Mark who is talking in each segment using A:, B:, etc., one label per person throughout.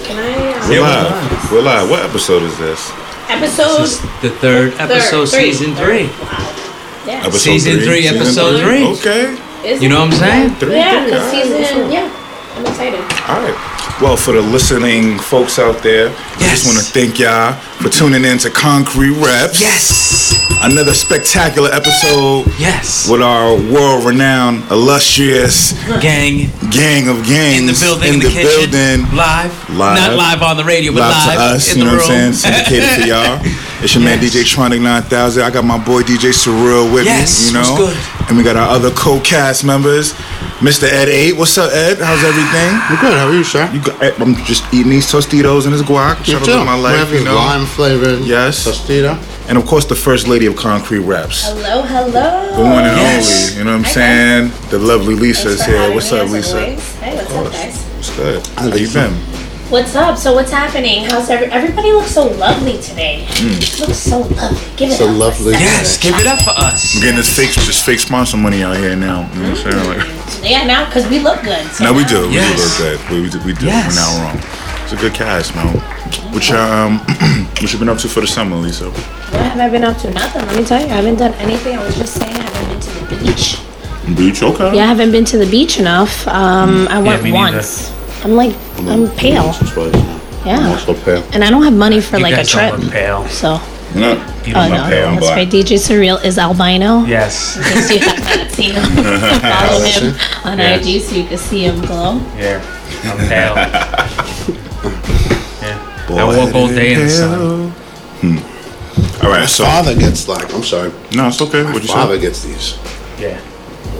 A: uh,
B: We're
C: It was
B: live. We're live. What episode is this?
C: This
A: Episode
C: is the third episode,
A: three.
C: season three.
A: yeah.
B: Episode
C: Season three,
B: Season
C: episode three.
B: Okay.
A: Is
C: You know
A: it?
C: what I'm saying?
B: Three,
A: Yeah,
B: three.
A: because
B: All right, what's
A: season
B: up?
A: yeah. I'm excited.
B: All right. Well, for the listening folks out there, I
C: Yes.
B: just want to thank y'all for tuning in to Concrete Reps.
C: Yes.
B: Another spectacular episode
C: Yes.
B: with our world-renowned, illustrious
C: Gang
B: gang of gangs
C: in the building, in, the, kitchen, live,
B: Live.
C: not live on the radio, but
B: live
C: live,
B: to us,
C: in
B: you
C: the
B: know
C: room.
B: what I'm saying? Syndicated to y'all. It's your man
C: Yes.
B: DJ Tronic 9000. I got my boy DJ Surreal with
C: Yes,
B: me, you know.
C: what's good?
B: And we got our other co-cast members, Mr. Ed 8. What's up, Ed? How's everything?
D: Good, how are you, sir?
B: You got, I'm just eating these Tostitos and this guac,
D: You
B: trying to live my life,
D: Whatever,
B: you know.
D: Lime flavored.
B: Yes.
D: Tostito.
B: And of course, the first lady of Concrete Raps,
A: Hello,
B: the one
A: hello.
B: and
C: Yes.
B: only. You know what I'm
A: Hi,
B: saying? The lovely Lisa's
A: Thanks for
B: here.
A: having
B: What's
A: me,
B: up,
A: as
B: Lisa?
A: always. Hey, what's up, guys?
B: What's good? How you
D: Lisa.
B: been?
A: What's up? So what's happening? How's every- everybody looks so lovely today?
B: Hmm.
A: Looks so lovely. Give it
D: So
A: up.
D: lovely.
C: Yes, give it up for us.
B: I'm getting this fake, this fake sponsor money out here now. You know what I'm saying? Like,
A: Yeah, now because we look good. So
B: No, we
A: now-
B: do. We
C: Yes.
B: do look good. We, we do. We do.
C: Yes.
B: We're not wrong. It's a good cast, man. What you um, what you been up to for the summer, Lisa?
A: What have I been up to? Nothing. Let me tell you, I haven't done anything. I was just saying, I haven't been to the beach.
B: Beach, okay.
A: Yeah, I haven't been to the beach enough. Um, I went
C: me neither.
A: once. I'm like, I'm pale, Yeah.
D: I'm also pale.
A: and I don't have money for
C: You
A: like a
C: guys
A: trip.
C: all look pale.
A: So
B: No,
A: Oh
B: I'm
A: no,
B: not pale. I'm
A: that's
B: black.
A: right. DJ Surreal is albino.
C: Yes.
A: So you have not seen him. Follow him on
C: Yeah.
A: IG so you can see him glow.
C: Yeah. I'm pale. yeah. I
B: Boy,
C: walk all day in the sun.
B: All right. So
D: Father gets like, I'm sorry.
B: no, it's okay. What you
D: Father
B: say?
D: gets these
C: Yeah.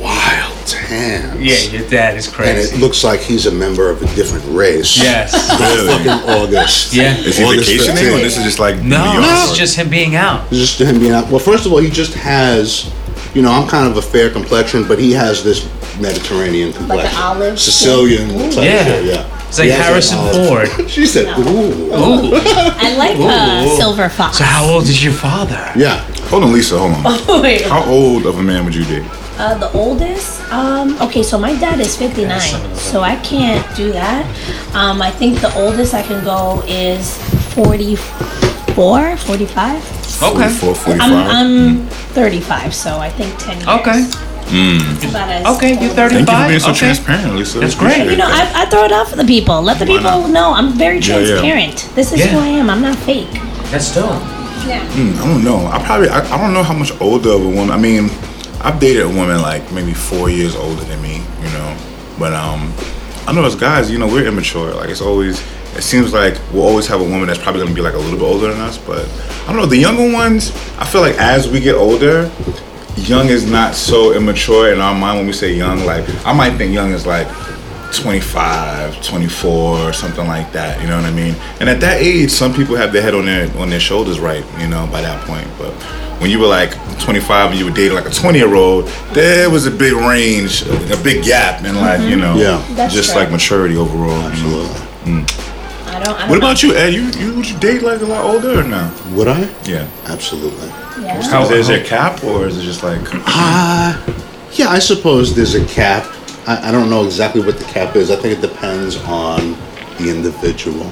D: wild tans.
C: Yeah, your dad is
D: And it
C: crazy.
D: looks like he's a member of a different race.
C: Yes.
D: Fucking
B: Really?
D: August.
C: Yeah.
B: Is he
D: August
B: vacationing or
D: 15th.
B: this is just like
C: No,
B: New York?
C: this is just him being out.
D: Just him being out. Well, first of all, he just has, you know, I'm kind of a fair complexion, but he has this Mediterranean complexion.
A: olive
D: Sicilian type
C: Yeah.
D: shit, yeah.
C: It's like
D: He has that
C: Harrison
D: olive.
C: Ford.
D: she said, ooh.
C: Ooh.
A: I like uh, Silver Fox.
C: So how old is your father?
D: Yeah.
B: Hold on, Lisa. Hold on.
A: Wait,
B: How old of a man would you date?
A: uh, the oldest? Um, okay, so my dad is 59, so I can't do that. Um, I think the oldest I can go is 44, 45.
C: Okay.
B: 44, 45?
A: I'm, I'm 35, so I think 10 years.
C: Okay.
A: It's about as
C: Okay,
A: old
C: you're
A: as-
C: 35.
B: Thank you for being so
C: okay.
B: transparent, Lisa.
C: That's
B: We appreciate
C: great.
A: You know,
B: that.
A: I, I throw it out for the people. Let the
B: Why
A: people
B: not?
A: know I'm very
B: Yeah, yeah.
A: transparent. This is
C: Yeah.
A: who I am. I'm not fake.
C: That's dope.
A: Yeah.
B: I don't know. I probably I, I don't know how much older of a woman. I mean, I've dated a woman like maybe four years older than me, you know. But um, I know as guys, you know, we're immature. Like it's always it seems like we'll always have a woman that's probably gonna be like a little bit older than us. But I don't know. The younger ones, I feel like as we get older. Young is not so immature in our mind when we say young. Like, I might think young is like 25, 24, something like that. You know what I mean? And at that age, some people have their head on their on their shoulders, right? You know, by that point. But when you were like 25 and you were dating like a 20 year old, there was a big range, a big gap in like you know,
D: Yeah.
A: That's
B: just
A: true.
B: like maturity overall. Mm-hmm. Absolutely.
D: Absolutely.
A: I don't. I don't
B: What about you, Ed? You you would you date like a lot older or no?
D: Would I?
B: Yeah.
D: Absolutely.
A: know. Yeah.
C: How-
B: is, there, is there
C: how-
B: a cap or is it just like
D: Uh, yeah, I suppose there's a cap. I, I don't know exactly what the cap is. I think it depends on the individual.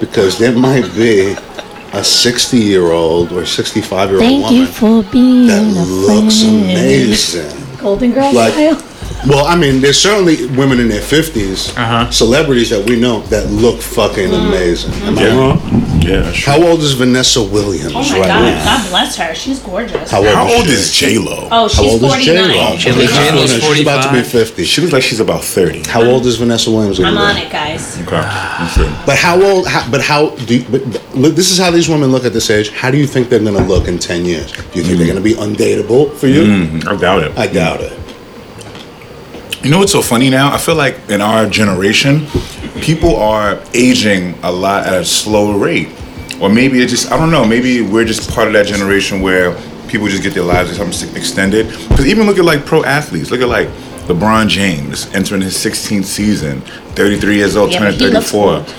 D: Because there might be a 60 year old or 65 year old
A: Thank you
D: woman
A: for being
D: that
A: a
D: looks
A: friend.
D: amazing.
A: Golden Girl
D: Like,
A: style.
D: well, I mean, there's certainly women in their 50s,
C: Uh-huh.
D: celebrities that we know that look fucking
A: Mm-hmm.
D: amazing. Am I
B: Yeah.
D: wrong?
B: yeah? Sure.
D: How old is Vanessa Williams
A: Oh my
D: right
A: God!
D: now?
A: God bless her. She's gorgeous.
D: How
B: How
D: is
B: old
D: she?
B: is J Lo?
A: oh,
D: How
A: she's
D: old is J-Lo?
A: forty-nine.
D: Oh,
C: J-Lo-
D: my God.
C: J-Lo's
D: She's about to be
C: 45.
D: 50.
B: She looks like she's about 30.
D: How old is Vanessa Williams? gonna
A: I'm
D: be?
A: on it, guys.
B: Okay. That's it.
D: But how old? How, but how do? You, but th- look, this is how these women look at this age. How do you think they're going to look in ten years? Do you think they're going to be undateable for you?
B: I doubt it.
D: I doubt it.
B: You know what's so funny now? I feel like in our generation, people are aging a lot at a slower rate. Or maybe it just, I don't know, maybe we're just part of that generation where people just get their lives to some extended. Because even look at like pro athletes, look at like LeBron James entering his 16th season, 33 years old,
A: Yeah,
B: turning
A: but he looks
B: 34.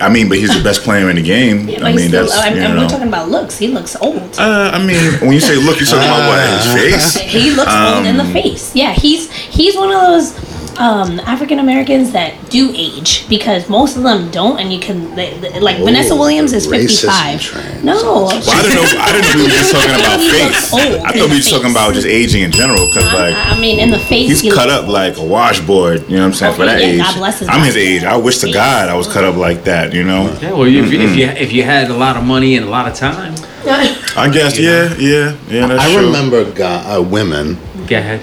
B: I mean, but he's the best player in the game.
A: But
B: I
A: he's
B: mean,
A: still-
B: that's,
A: I'm-
B: you
A: and we're
B: know.
A: talking about looks. He looks old.
B: Uh, I mean, when you say look, you're talking about what, his face?
D: Um,
A: he looks old in the face. Yeah, he's he's one of those um, African Americans that do age because most of them don't, and you can they, they- like Vanessa
D: Oh,
A: Williams
D: the
A: is
D: racism
A: fifty-five.
D: trend.
A: No,
B: Well, I didn't know. I didn't know we were just talking about
A: He
B: face.
A: looks old
B: I thought we were
A: in the
B: just talking about
A: face.
B: just aging in general, because
A: I,
B: like
A: I mean in the face.
B: he's
A: he
B: cut
A: looks-
B: up like a washboard. You know what I'm saying? For
A: Okay,
B: that
A: yeah,
B: age,
A: God bless his
B: I'm his
A: body.
B: age. I wish to
A: Yeah.
B: God I was cut up like that. You know?
C: Yeah, well, if, you
B: Mm-hmm.
C: if you if you had a lot of money and a lot of time,
B: I guess. Yeah. Yeah. Yeah. That's
D: I
B: true.
D: remember guy, uh, women
C: go ahead.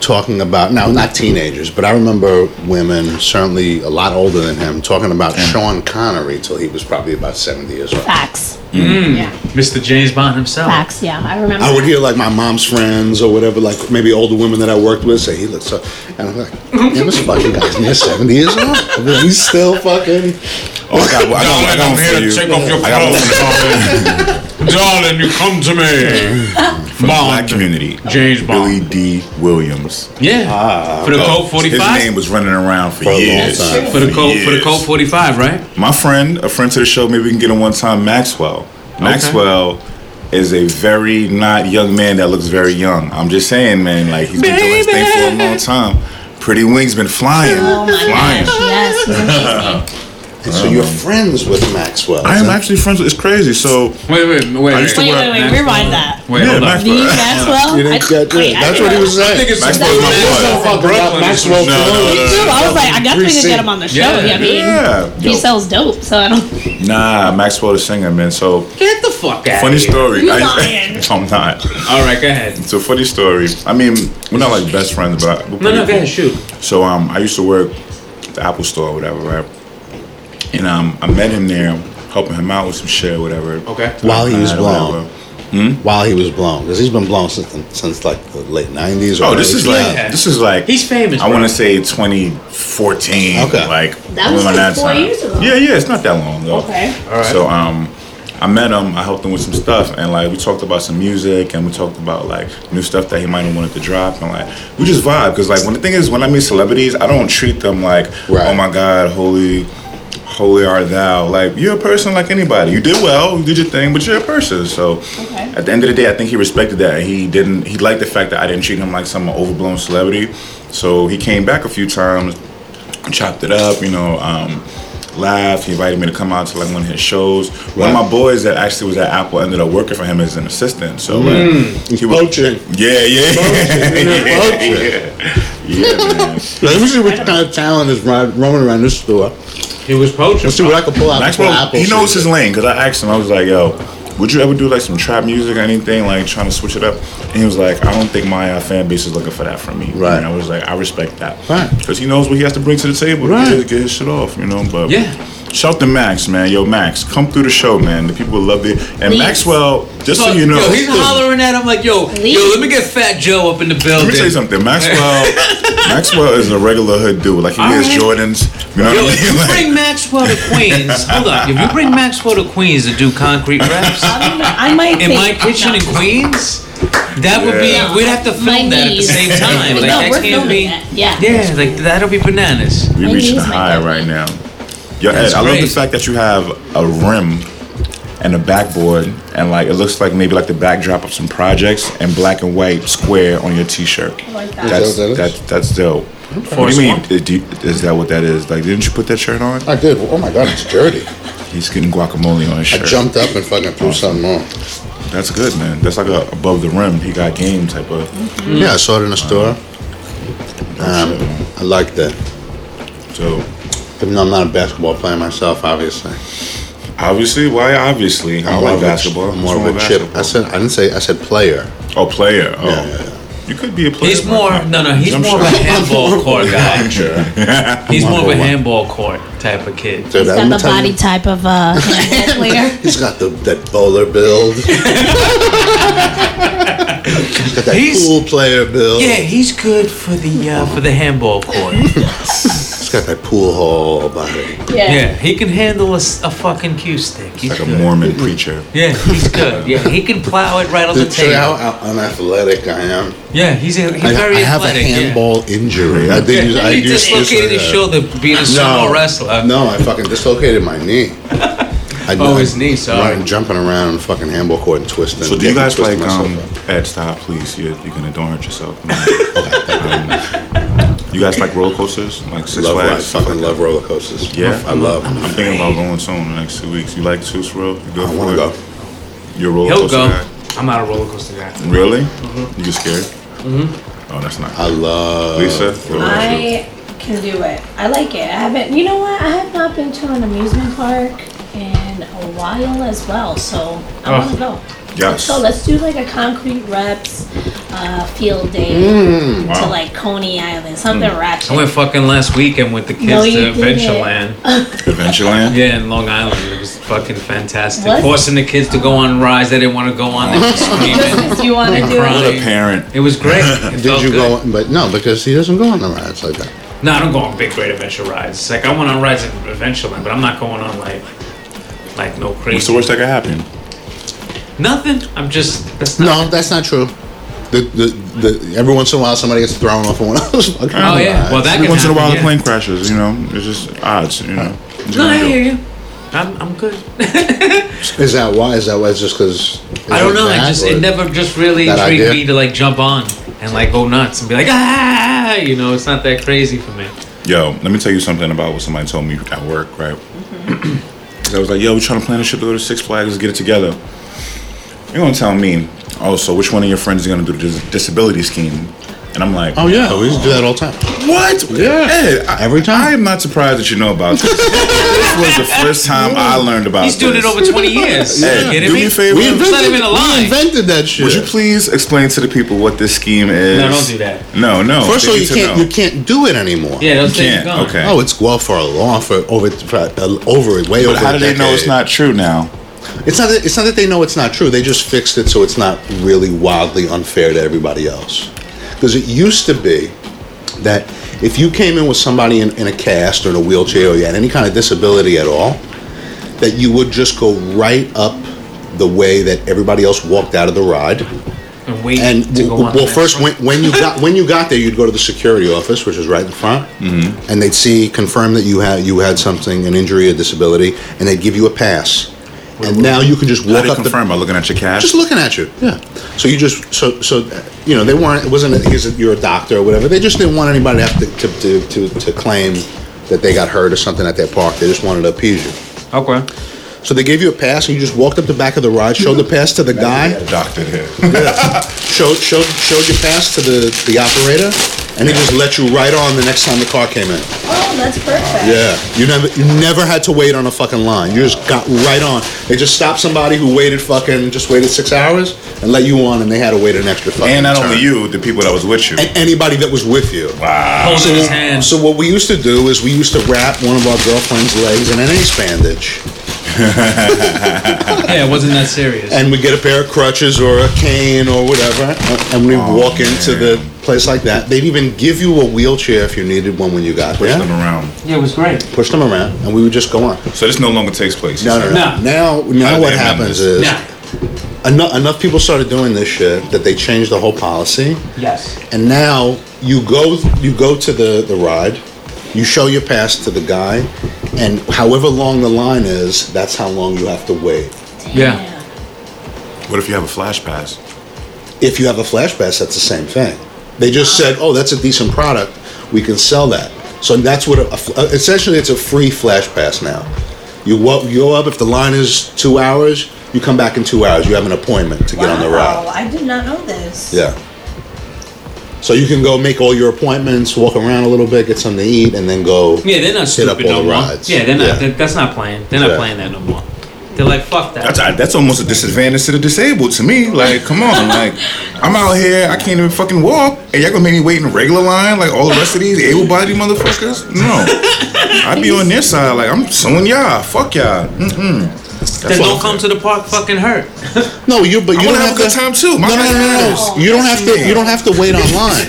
D: talking about now not teenagers, but I remember women certainly a lot older than him talking about Sean Connery till he was probably about seventy years old.
A: Facts.
C: Mm.
A: Yeah.
C: Mr. James Bond himself.
A: Facts. Yeah, I remember.
D: Mm. I would
A: that.
D: hear like my mom's friends or whatever, like maybe older women that I worked with say he looks so, and I'm like, damn, this fucking guy's near seventy years old. I'd be like, He's still fucking.
B: Oh, I got, I got, I
E: Darling, I'm
B: got one
E: here
B: for
E: to
B: you.
E: take off your
B: I got one
E: clothes. darling. darling, you come to me.
B: Black
E: Bond.
B: community.
E: James
B: Billy
E: Bond.
B: D. Williams.
C: Yeah. for the Colt
B: Ah, His
C: 45.
B: name was running around for,
D: a long
B: years.
D: time.
C: for the Colt for the
B: years.
C: Colt 45, right?
B: My friend, a friend to the show, maybe we can get him one time. Maxwell. Maxwell is a very not young man that looks very young. I'm just saying, man. Like he's been doing his thing for a long time. Pretty Wing's been flying,
A: Oh my
B: flying.
A: gosh! Yes, he's amazing.
D: And so you're friends with Maxwell.
B: I am
D: huh?
B: actually friends with. It's crazy. So
C: Wait, wait, wait.
B: I used to
A: Wait,
B: work-
A: wait, wait.
C: Maxwell.
A: Rewind that.
C: Wait,
B: Yeah,
C: hold on.
B: Max-
A: The Maxwell.
D: You didn't
A: I-
D: get
A: wait,
D: that.
A: I
D: That's what he
A: didn't-
D: was saying.
E: I think it's
B: Maxwell's my
D: Maxwell
B: boy.
D: fucking got
E: Brooklyn is-
D: Maxwell
B: No, no,
D: Cohen.
B: no,
A: Dude, I was like, I guess we could
D: 360.
A: get him on the show.
C: Yeah,
A: I mean,
B: yeah.
A: he sells dope, so I don't.
B: Nah, Maxwell the singer, man. So
C: Get the fuck out.
B: funny story.
A: You
B: I-
A: lying.
B: I'm not.
C: All right, go ahead.
B: It's a funny story. I mean, we're not like best friends, but I, we're
C: No,
B: pretty cool.
C: no, go ahead. Shoot.
B: So um, I used to work at the Apple Store or whatever, right? And um, I met him there, helping him out with some shit or whatever.
C: Okay.
D: While he was
B: Uh,
D: blown.
B: whatever.
D: While he was blown, because he's been blown since the, since like the late nineties.
B: Oh, this is like
C: Yeah.
B: this is like
C: He's famous,
B: I want
C: bro.
B: to say 2014.
D: Okay.
B: Like
A: That was
B: around
A: like four
B: time.
A: years ago.
B: Yeah, yeah, it's not that long ago.
A: Okay.
C: Alright.
B: So um, I met him. I helped him with some stuff, and like we talked about some music, and we talked about like new stuff that he might have wanted to drop, and like we just vibe. Because like when the thing is, when I meet celebrities, I don't treat them like,
D: Right.
B: oh my god, holy. Holy art thou! Like you're a person like anybody. You did well, you did your thing, but you're a person. So,
A: Okay.
B: at the end of the day, I think he respected that. He didn't. He liked the fact that I didn't treat him like some overblown celebrity. So he came back a few times, chopped it up, you know, um, laughed. He invited me to come out to like one of his shows. One of
D: Right.
B: my boys that actually was at Apple ended up working for him as an assistant. So like, he was.
D: poaching.
B: Yeah, yeah,
D: Poaching.
B: yeah, man.
D: Let me see what kind of talent is ri- roaming around this store.
C: He was poaching.
D: Let's see what I can pull out.
B: Maxwell,
D: before Apple
B: he knows
D: sees
B: his
D: it.
B: lane because I asked him. I was like, "Yo, would you ever do like some trap music or anything, like trying to switch it up?" And he was like, "I don't think my uh, fan base is looking for that from me."
D: Right.
B: And I was like, "I respect that."
D: Right.
B: Because he knows what he has to bring to the table.
D: Right.
B: To get his- get his shit off, you know. But
C: Yeah.
B: Shout to Max, man. Yo, Max, come through the show, man. The people loved it. And
A: Please.
B: Maxwell, just so you know,
C: yo, he's hollering at him like, yo, yo, let me get Fat Joe up in the building.
B: Let me tell you something. Maxwell, Maxwell is a regular hood dude. Like he
C: All
B: wears
C: right.
B: Jordans. You know
C: Yo,
B: what
C: if
B: I mean?
C: you
B: Like-
C: bring Maxwell to Queens, hold up. If you bring Maxwell to Queens to do concrete raps
A: I don't know. I might.
C: in
A: think-
C: my kitchen in Queens, that would
B: Yeah.
C: be. We'd have to film
A: My
C: that at the
A: knees.
C: same time. Like
A: No,
C: that
A: we're filming
C: can't be.
A: that. Yeah.
C: Yeah, like that'll be bananas.
B: We
A: My
B: reaching
A: knees, my
B: high
A: God.
B: right now. Yo, Ed, I love the
C: great.
B: fact that you have a rim and a backboard, and like it looks like maybe like the backdrop of some projects and black and white square on your T-shirt.
A: like that.
B: That's
D: Is that what that
B: that's
D: is?
B: that's dope. What do you mean? Is, do you- is that what that is? Like, didn't you put that shirt on?
D: I did. Oh my god, it's dirty.
B: He's getting guacamole on his
D: I
B: shirt.
D: jumped up and fucking threw something on.
B: That's good, man. That's like a above the rim. He got game type of.
D: Yeah, I saw it in the store.
B: Um,
D: I liked that.
B: so
D: Even though I'm not a basketball player myself, obviously.
B: obviously, why? Obviously, I
D: I'm more
B: like
D: of a-
B: basketball.
D: I'm
B: What's
D: more of
B: wrong
D: a
B: with
D: chip.
B: basketball?
D: I said I didn't say I said player.
B: Oh, player. Oh,
D: Yeah, yeah, yeah.
B: you could be a player.
C: He's
B: man.
C: more no no. He's
B: Jump
C: more of a
B: shot.
C: handball court guy. He's more of a
D: Number one.
C: handball court type of kid.
D: Dude,
A: He's
D: I'm
A: got the
D: telling
A: body
D: you,
A: type of uh, handball player.
D: He's got the that bowler build. he's got that
C: He's-
D: pool player build.
C: Yeah, he's good for the uh, for the handball court.
D: He's got that pool hall body.
C: Yeah, he can handle a, s- a fucking cue stick. He's
B: like a
C: good.
B: Mormon preacher.
C: Yeah, he's good. Yeah, he can plow it right on the
D: Did you how
C: table.
D: out- unathletic I am?
C: Yeah, he's a, he's
D: I,
C: very
D: I have
C: athletic.
D: a
C: yeah.
D: handball injury. I did use. I
C: he
D: used this uh,
C: dislocated
D: or
C: his
D: that.
C: shoulder being a sumo
D: no,
C: wrestler.
D: No, I fucking dislocated my knee. I
C: Oh, his knee, sorry.
D: Running, jumping around on the fucking handball court and twisting.
B: So do you guys
D: getting-
B: like
D: twisting
B: um
D: myself up.
B: Ed stop please you're, you're gonna don't hurt yourself man. um, You guys like roller coasters, like Six
D: Love, I
B: Flags? stuff
D: fucking
B: like
D: love roller coasters.
B: Yeah?
D: I love.
B: that? I'm thinking about going soon in the next two weeks. You like Toots Road? You good
D: I
B: for
D: want
B: it?
D: to go.
B: You're a roller
C: He'll
B: coaster
C: go.
B: guy?
F: I'm not a roller coaster guy.
B: Really? You get scared? Mm-hmm. Oh, that's not.
D: I love.
B: Lisa, what about you?
A: I can do it. I like it. I haven't, you know what? I have not been to an amusement park in a while as well, so I want to
C: Ah.
A: go.
B: Yes.
A: So let's do like a concrete reps uh, field day to
D: Mm.
B: Wow.
A: like Coney Island, something ratchet.
C: Hmm. I went fucking last weekend with the kids
A: No,
C: to
A: you didn't.
C: Adventureland.
B: Adventureland?
C: Yeah, in Long Island, it was fucking fantastic.
A: What?
C: Forcing the kids to go on rides they didn't want to go on, they were screaming.
A: you want to
C: And
A: do it?
C: crying.
B: As a parent,
C: It was great. It
D: Did
C: felt
D: you
C: good.
D: go? But no, because he doesn't go on the rides like that.
C: No, I don't go on big, great adventure rides. It's like I went on rides at Adventureland, but I'm not going on like, like no
B: what's the
C: crazy
B: worst that could happen?
C: nothing. I'm just that's not.
D: No, that's not true. The, the, the, every once in a while, somebody gets thrown off of one of those fucking
C: Oh yeah,
D: rides.
C: well that
B: Every
C: can
B: once in
C: happen,
B: a while,
C: yeah.
B: the plane crashes. You know, it's just odds. You know. What you
C: No,
B: gonna
C: I
B: do?
C: hear you. I'm, I'm good.
D: Is that why? Is that why? It's just because.
C: I don't know. I just it never just really
D: That
C: intrigued
D: idea?
C: me to like jump on and like go nuts and be like ah, you know, it's not that crazy for me.
B: Yo, let me tell you something about what somebody told me at work, right?
D: Mm-hmm.
B: 'Cause I was like, yo, we're trying to plan this shit to go to Six Flags, let's get it together. You're gonna tell me, oh, so which one of your friends is gonna do the dis- disability scheme? And I'm like,
D: Oh yeah, we used to do that all the time.
B: what?
D: Yeah.
B: Ed, I,
D: Every time.
B: I am not surprised that you know about this. this was the first time I learned about
C: He's doing
B: this.
C: it over 20 years.
B: Hey,
C: You kidding
B: do
C: me?
B: me a favor.
D: We
B: It's
D: invented,
C: not even a lie.
D: We invented that shit.
B: Would you please explain to the people what this scheme is?
C: No, don't do that.
B: No, no.
D: First
B: they
D: of all,
B: need
D: you
B: to
D: can't
B: know.
D: you can't do it anymore.
C: Yeah, those
B: You
C: things
B: can't,
C: gone.
B: okay.
D: Oh, it's well for a law for over for, uh, over way over.
B: But how do
D: a
B: they know it's
D: decade.
B: not true now?
D: It's not. That, it's not that they know it's not true. They just fixed it so it's not really wildly unfair to everybody else. Because it used to be that if you came in with somebody in, in a cast or in a wheelchair or you had any kind of disability at all, that you would just go right up the way that everybody else walked out of the ride.
C: And wait
D: And
C: to go
D: w-
C: on.
D: well,
C: that.
D: first when, when you got when you got there, you'd go to the security office, which is right in front, mm-hmm. and they'd see confirm that you had you had something, an injury, a disability, and they'd give you a pass. And now you can just
B: How
D: walk
B: do you
D: up the
B: confirm by looking at your cash?
D: just looking at you. Yeah. So you just so so you know they weren't. It wasn't. A, here's a, you're a doctor or whatever. They just didn't want anybody to have to to, to, to, to claim that they got hurt or something at their park. They just wanted to appease you.
C: okay.
D: So they gave you a pass, and you just walked up the back of the ride, showed the pass to the guy,
B: Doctor here.
D: showed showed showed your pass to the the operator, and he just let you right on the next time the car came in.
A: Oh, that's perfect.
D: Yeah, you never you never had to wait on a fucking line. You just got right on. They just stopped somebody who waited fucking just waited six hours and let you on, and they had to wait an extra fucking.
B: and not only
D: turn.
B: you, the people that was with you.
D: and anybody that was with you.
B: Wow.
C: Holding his hand.
D: So what we used to do is we used to wrap one of our girlfriend's legs in an ace bandage,
C: yeah, it wasn't that serious.
D: and we get a pair of crutches or a cane or whatever, and we
B: Oh,
D: walk into the place like that. They'd even give you a wheelchair if you needed one when you got
B: Push
D: there.
B: them around.
C: yeah, it was great.
D: Push them around, and we would just go on.
B: So this no longer takes place.
D: No, no, no.
C: No.
D: Now, now
B: they
D: what
B: amend
D: happens
B: this?
D: is.
C: Yeah.
D: enough, enough people started doing this shit that they changed the whole policy
C: Yes.
D: and now you go you go to the the ride you show your pass to the guy and however long the line is that's how long you have to wait
C: Yeah.
B: What if you have a flash pass?
D: if you have a flash pass that's the same thing they just said oh that's a decent product we can sell that so that's what a, a- essentially it's a free flash pass now you wa- you go up if the line is two hours you come back in two hours you have an appointment to get on the ride
A: Wow, I did not know this.
D: Yeah. So you can go make all your appointments, walk around a little bit, get something to eat, and then go.
C: Yeah, they're not
D: hit up
C: stupid
D: all
C: no
D: the
C: more.
D: rides.
C: Yeah, they're not.
D: Yeah.
C: They're, that's not playing. They're not
D: Yeah.
C: playing that no more. They're like, fuck that.
B: That's that's almost a disadvantage to the disabled to me. Like, come on, like I'm out here, I can't even fucking walk, and y'all gonna make me wait in a regular line like all the rest of these able-bodied motherfuckers? No, I'd be on their side. Like I'm suing y'all. Fuck y'all. Mm, Mm-mm.
C: then don't come to the park fucking hurt.
D: No, you. But you
B: I
D: don't
B: wanna
D: have,
B: have a good
D: to.
B: time too. My
D: No, no, no,
B: life matters.
D: no, no. You don't have to. You don't have to wait online.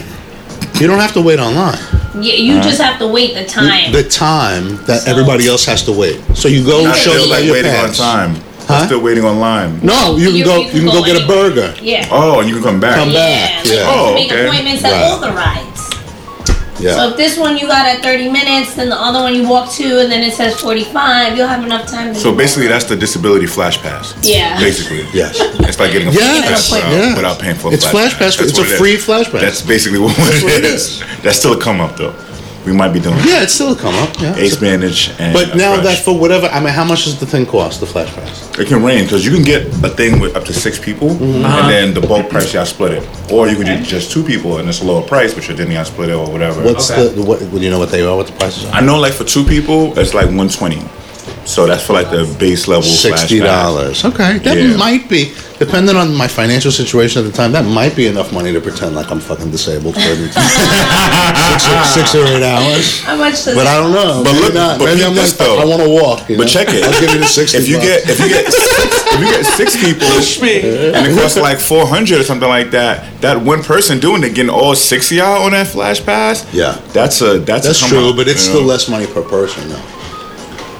D: You don't have to wait online.
A: Yeah, you
C: Uh-huh.
A: just have to wait the time.
D: The time that everybody else has to wait. So you go
B: I'm
D: show
B: still
D: them
B: like
D: your
B: waiting
D: pass.
B: on time.
D: Huh?
B: I'm still waiting on line.
D: No, oh, you can go. You can go, get a
A: anywhere.
D: burger.
A: Yeah.
B: Oh, and you can come back.
D: Come back.
A: Yeah.
D: Yeah.
A: Like, you
B: Oh,
A: make
B: okay.
A: appointments at
D: Right.
A: all the rides.
D: Yeah.
A: So if this one you got at 30 minutes, then the other one you walk to, and then it says 45, you'll have enough time. To
B: So basically, that's the disability flash pass.
A: Yeah.
B: Basically.
D: Yes.
B: It's like getting a
D: Yes.
B: flash pass without,
D: Yes.
B: without paying for a
D: It's flash pass.
B: That's
D: It's
B: what
D: a
B: it
D: free
B: is.
D: flash pass.
B: That's basically what,
D: That's what
B: it is.
D: it is.
B: That's still a come up, though. We might be doing
D: Yeah, it's still a come up. Yeah.
B: ace bandage and.
D: but
B: a
D: now
B: brush.
D: that for whatever, I mean, how much does the thing cost? The flash pass.
B: It can range because you can get a thing with up to six people,
D: Mm-hmm.
B: and
D: Uh-huh.
B: then the bulk price y'all split it, or you can do just two people and it's a lower price, but then y'all split it or whatever.
D: What's
C: Okay.
D: the what? Do you know what they are? What the prices are?
B: I know, like for two people, it's like one twenty. So that's for like the base level. flash pass.
D: Sixty dollars. Okay, that
B: Yeah.
D: might be depending on my financial situation at the time. That might be enough money to pretend like I'm fucking disabled for six, or, six or eight hours.
A: How much does
D: But I don't know.
B: But
D: Maybe
B: look-
D: not.
B: but
D: maybe
B: peep
D: I'm
B: this,
D: like,
B: though.
D: I want to walk. you
B: But
D: know?
B: check it.
D: I'll give you the sixty.
B: If you
D: bucks.
B: get if you get six, if you get six people and it costs like four hundred or something like that, that one person doing it getting all six of y'all on that flash pass.
D: Yeah.
B: that's a that's a
D: That's
B: come
D: true,
B: up,
D: but it's
B: you
D: still
B: know?
D: less money per person, though.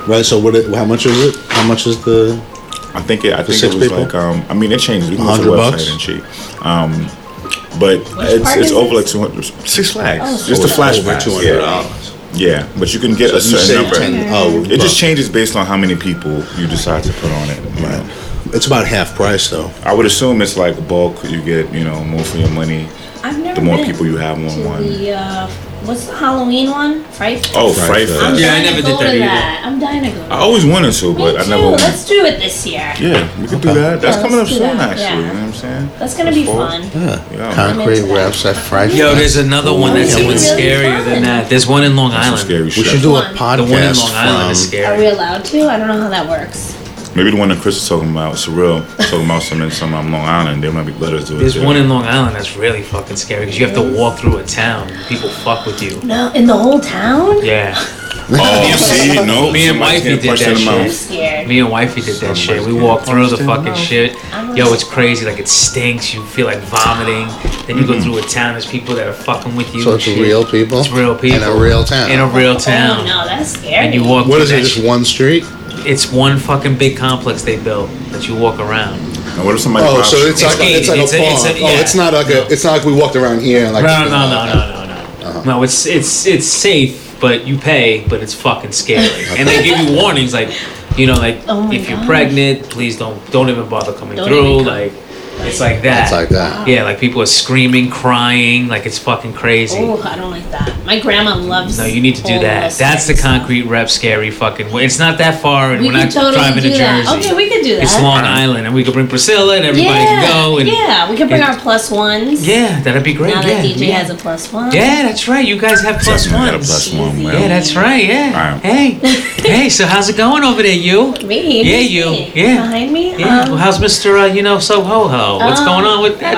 D: Right. So what? It, how much is it? How much is the?
B: I think it. I think
D: six
B: it was
D: people?
B: like. Um, I mean, it changes. We can go to the
D: 100
B: website
D: bucks?
B: and cheap. Um, but it's,
A: park
B: it's
A: is
B: over
A: it?
B: like two hundred. Six Flags.
A: Oh,
B: just
A: so
B: the
A: it's
B: flash
D: over
B: pass.
D: $200.
B: Yeah. yeah, but you can get a
D: You
B: certain
D: say
B: number.
D: ten. Oh,
B: It just changes based on how many people you decide to put on it. you know.
D: It's about half price though.
B: I would assume it's like bulk. You get you know more for your money.
A: I've never
B: the more
A: been
B: people you have on
A: to
B: one.
A: The, uh, what's the Halloween one? Fright? Fest?
B: Oh,
D: Fright
B: Fright
D: Fest.
A: I'm
B: Fest.
C: Yeah, I
A: dying
C: never
A: to
C: did
A: go
C: that
A: to
C: either.
A: I'm dying to go.
B: I always wanted to,
A: Me
B: but I
A: too.
B: never.
A: Let's do it this year.
B: Yeah, we could do
D: Okay.
B: that. That's
A: Yeah,
B: coming up
A: let's do
B: soon,
A: that,
B: actually.
A: yeah.
B: You know what I'm saying?
A: That's gonna be
B: forward.
A: fun.
D: Yeah.
B: Yeah.
D: Concrete
A: I'm into that.
D: wraps at Fright.
C: Yo,
D: Fest.
C: there's another one that's even
A: That's really
C: scarier
A: fun.
C: than that. There's one in Long
B: Some
C: Island.
B: scary
D: we should
B: shit.
D: do a
A: One.
C: The
D: podcast
C: one in Long Island is
D: from.
A: Are we
C: scary.
A: allowed to? I don't know how that works.
B: Maybe the one that Chris is talking about, Surreal, talking about some in some um, Long Island. There might be letters to it.
C: There's
B: too.
C: one in Long Island that's really fucking scary because you have to walk through a town. And people fuck with you.
A: No, in the whole town.
C: Yeah.
B: Oh, see, no.
C: Me and
B: somebody's
C: Wifey
B: getting
C: did
B: punched in
C: that
B: the
C: shit.
B: mouth.
A: I'm scared.
C: Me and wifey did that shit. We
B: Somebody's
C: walked
B: getting
C: through the
B: punched in the
C: fucking
B: mouth.
C: shit.
A: I'm
C: Yo,
A: gonna-
C: it's crazy. Like it stinks. You feel like vomiting. Then you go through a town. There's people that are fucking with you.
D: Mm-hmm. So
C: and
D: it's
C: shit.
D: real people.
C: It's real people
D: in a real town.
C: In a real
A: Oh,
C: town.
A: no, that's scary.
C: And you walk.
D: what
C: through
D: is it?
C: that
D: Just
C: shit.
D: one street?
C: It's one fucking big complex they built that you walk around.
B: Now, what if somebody
D: Oh,
B: robs
D: so
B: you?
D: it's like a,
C: gated.
D: it's like a
C: It's a-
D: farm.
C: it's a-
D: Oh,
C: yeah.
D: it's not like a. It's not like we walked around here and like.
C: No, no, no, no, no, no.
D: Uh-huh.
C: No, it's it's it's safe, but you pay, but it's fucking scary. and they give you warnings, like you know, like
A: Oh my
C: if you're
A: gosh.
C: pregnant, please don't don't even bother coming
A: Don't
C: through.
A: even come.
C: Like it's like that.
D: It's like that.
C: Yeah, like people are screaming, crying, like it's fucking crazy.
A: Oh, I don't like that. My grandma loves.
C: No, you need to do
A: all
C: that.
A: those
C: That's the
A: things.
C: concrete rep scary fucking. way. It's not that far, and
A: We
C: are not
A: could totally
C: driving
A: do
C: to
A: that.
C: Jersey.
A: Okay, we could do that.
C: It's Long Island, and we could bring Priscilla, and everybody
A: yeah,
C: can go. And
A: yeah, we can bring
C: and-
A: our plus ones.
C: yeah, that'd be great.
A: Now
C: yeah,
A: that DJ
C: yeah.
A: has a plus one.
C: Yeah, that's right. You guys have plus
B: Definitely got a
C: ones.
B: plus one.
C: Yeah,
B: Well,
C: that's right. Yeah.
B: Alright.
C: Hey, hey. So how's it going over there, you?
A: Me.
C: Yeah,
A: who's
C: you.
A: me?
C: Yeah.
A: Behind me.
C: Yeah.
A: Um,
C: well, how's Mister? Uh, you know, so ho ho. What's
A: um,
C: going on with that?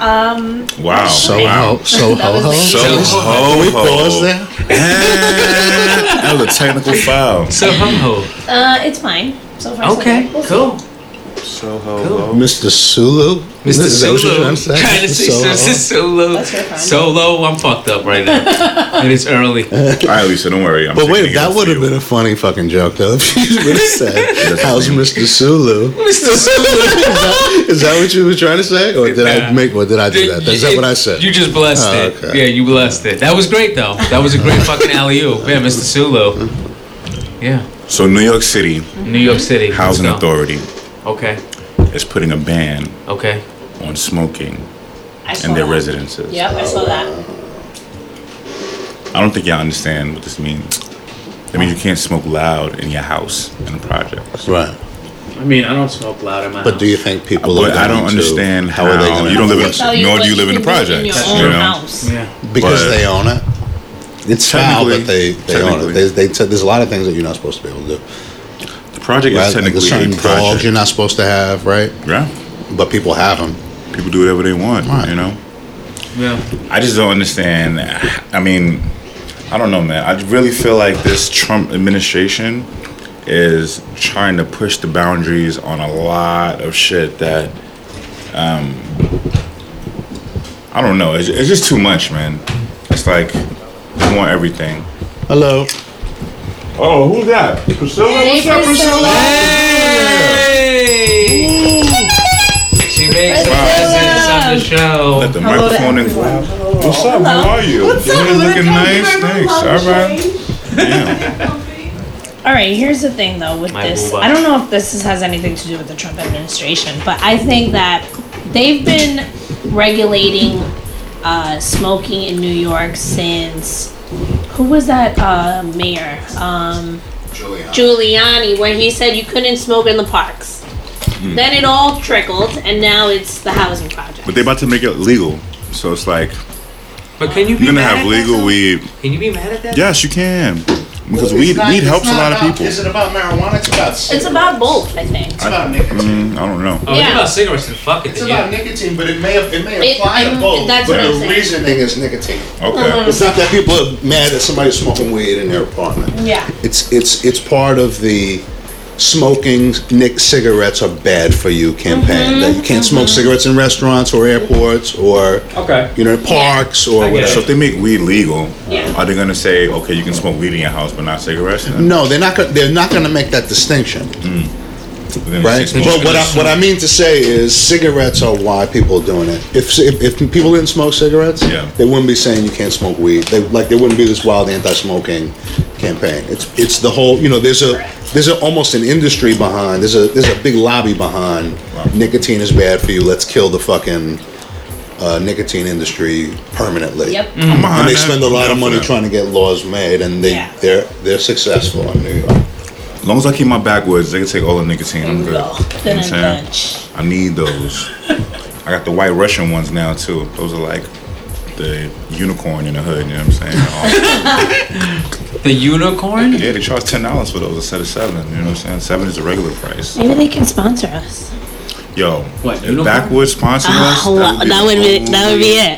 A: Wow. Um.
B: wow.
D: So
B: wow.
D: ho, so
A: That
D: ho
A: was
D: ho.
A: me.
B: So ho
D: Can we
B: ho.
D: pause there?
B: Ah, that was a technical foul.
C: So ho ho.
A: Uh, it's fine. So far. so
C: Okay.
A: good. We'll see.
C: Cool.
B: So ho ho.
D: Mr. Sulu.
C: Mr.
D: Is that what you're
C: Solo.
D: trying to say?
C: Trying to say
D: So ho.
C: Mr. Solo.
A: That's your friend.
C: Solo. I'm fucked up right now, and it's early.
B: All right, Lisa, don't worry. I'm
D: But wait,
B: taking it
D: that
B: for
D: would have
B: you.
D: been a funny fucking joke though. If you would have said,
B: That's
D: "How's
B: funny.
D: Mr. Sulu?"
C: Mr. Solo.
D: is, that, is that what you were trying to say, or did I
C: Nah.
D: make? Or did I do that? Is that
C: It-
D: what I said?
C: You just blessed
D: Oh,
C: it.
D: okay.
C: Yeah, you blessed it. That was great though. That was a great fucking alley oop. Yeah, Mr. Sulu. Yeah.
B: So New York City
C: New York City.
B: Housing
C: Let's go.
B: Authority
C: Okay.
B: is putting a ban
C: Okay.
B: on smoking
A: I saw
B: in their
A: that.
B: residences.
A: Yep, I saw that.
B: I don't think y'all understand what this means. That means you can't smoke loud in your house in a project.
D: right.
C: I mean, I don't smoke loud in my
D: But do you think people?
B: But
D: are
B: I don't
D: going to-
B: understand how,
D: are they gonna
B: you don't live
D: enforce
B: in
D: it?
A: Tell you
B: nor
A: what
B: do you live in a
A: can
B: project.
A: In your
B: you
A: own
B: know?
A: house.
C: Yeah.
D: because
B: but-
D: they own it. It's foul, but they,
B: Technically-
D: they own it. They,
B: technically.
D: they said there's a lot of things that you're not supposed to be able to do.
B: The project
D: Right?
B: is
D: Like
B: technically
D: there's certain
B: a
D: dogs you're
B: project.
D: not supposed to have, right?
B: Yeah.
D: But people have them.
B: People do whatever they want,
D: Right.
B: you know?
C: Yeah.
B: I just don't understand. I mean, I don't know, man. I really feel like this Trump administration is trying to push the boundaries on a lot of shit that, um, I don't know. It's, it's just too much, man. It's like you want everything.
D: Hello.
B: Oh, who's that? Priscilla?
A: Hey, Priscilla.
C: Hey! She makes
A: Priscilla.
C: presents on the show.
B: Let the
F: Hello to
B: microphone and
F: everyone. Hello.
B: What's up? How are you?
F: What's
B: you
F: up?
B: here
F: Look
B: looking
F: how
B: nice.
F: you
B: Thanks.
F: love
B: All right.
F: shade.
B: Damn.
A: All right, here's the thing though with
C: My
A: this.
C: robot.
A: I don't know if this is- has anything to do with the Trump administration, but I think that they've been regulating uh, smoking in New York since who was that uh, mayor? Um, Giuliani, where he said you couldn't smoke in the parks. Then it all trickled, and now it's the housing project.
B: But they about to make it legal, so it's like
C: But can you be
B: you're gonna
C: mad
B: have
C: at
B: legal
C: That?
B: weed.
C: Can you be mad at that?
B: Yes, you can. Because weed weed helps a lot of people.
D: Is it about marijuana? It's about cigarettes.
A: It's about both, I think.
D: It's about nicotine.
B: Mm, I don't know.
C: Oh, yeah.
A: Yeah.
C: about cigarettes and fucking
D: It's
C: then,
D: about
C: yeah.
D: nicotine, but it may it may
A: It-
D: apply to
A: I'm-
D: both.
A: that's
D: but
A: what
D: the
A: I'm saying.
D: reasoning is nicotine.
B: Okay.
D: It's not that people are mad that somebody's smoking weed in their apartment.
A: Yeah.
D: It's it's it's part of the smoking nic- cigarettes are bad for you campaign.
A: Mm-hmm.
D: That you can't smoke cigarettes in restaurants or airports or
C: Okay.
D: you know parks or
C: get
D: whatever.
B: So if they make weed legal,
A: Yeah.
B: are they gonna say, okay, you can smoke weed in your house but not cigarettes? Then
D: No, they're not. Gonna, they're not going to make that distinction,
B: Within
D: right?
B: six months.
D: But what I, what I mean to say is, cigarettes are why people are doing it. If if, if people didn't smoke cigarettes,
B: Yeah.
D: they wouldn't be saying you can't smoke weed. They like there wouldn't be this wild anti-smoking campaign. It's it's the whole. You know, there's a there's a, almost an industry behind. There's a there's a big lobby behind. Nicotine is bad for you. Let's kill the fucking. Uh, nicotine industry permanently.
A: Yep.
B: I'm behind
D: And they
B: that.
D: spend a lot of
B: I'm for
D: money
B: that.
D: trying to get laws made, and they
A: Yeah.
D: they're they're successful in New York.
B: As long as I keep my backwoods, they can take all the nicotine. I'm good. You know what
A: Good
B: I'm
A: and
B: saying?
A: good.
B: I need those. I got the white Russian ones now too. Those are like the unicorn in the hood. You know what I'm saying? Oh,
C: The unicorn?
B: yeah, they charge ten dollars for those instead of seven. You know what I'm saying? Seven is the regular price.
A: Maybe they can sponsor us.
B: Yo,
C: What,
B: if
C: unicorn?
B: Backwood sponsor us,
A: Oh, that would be Ah, that would be it.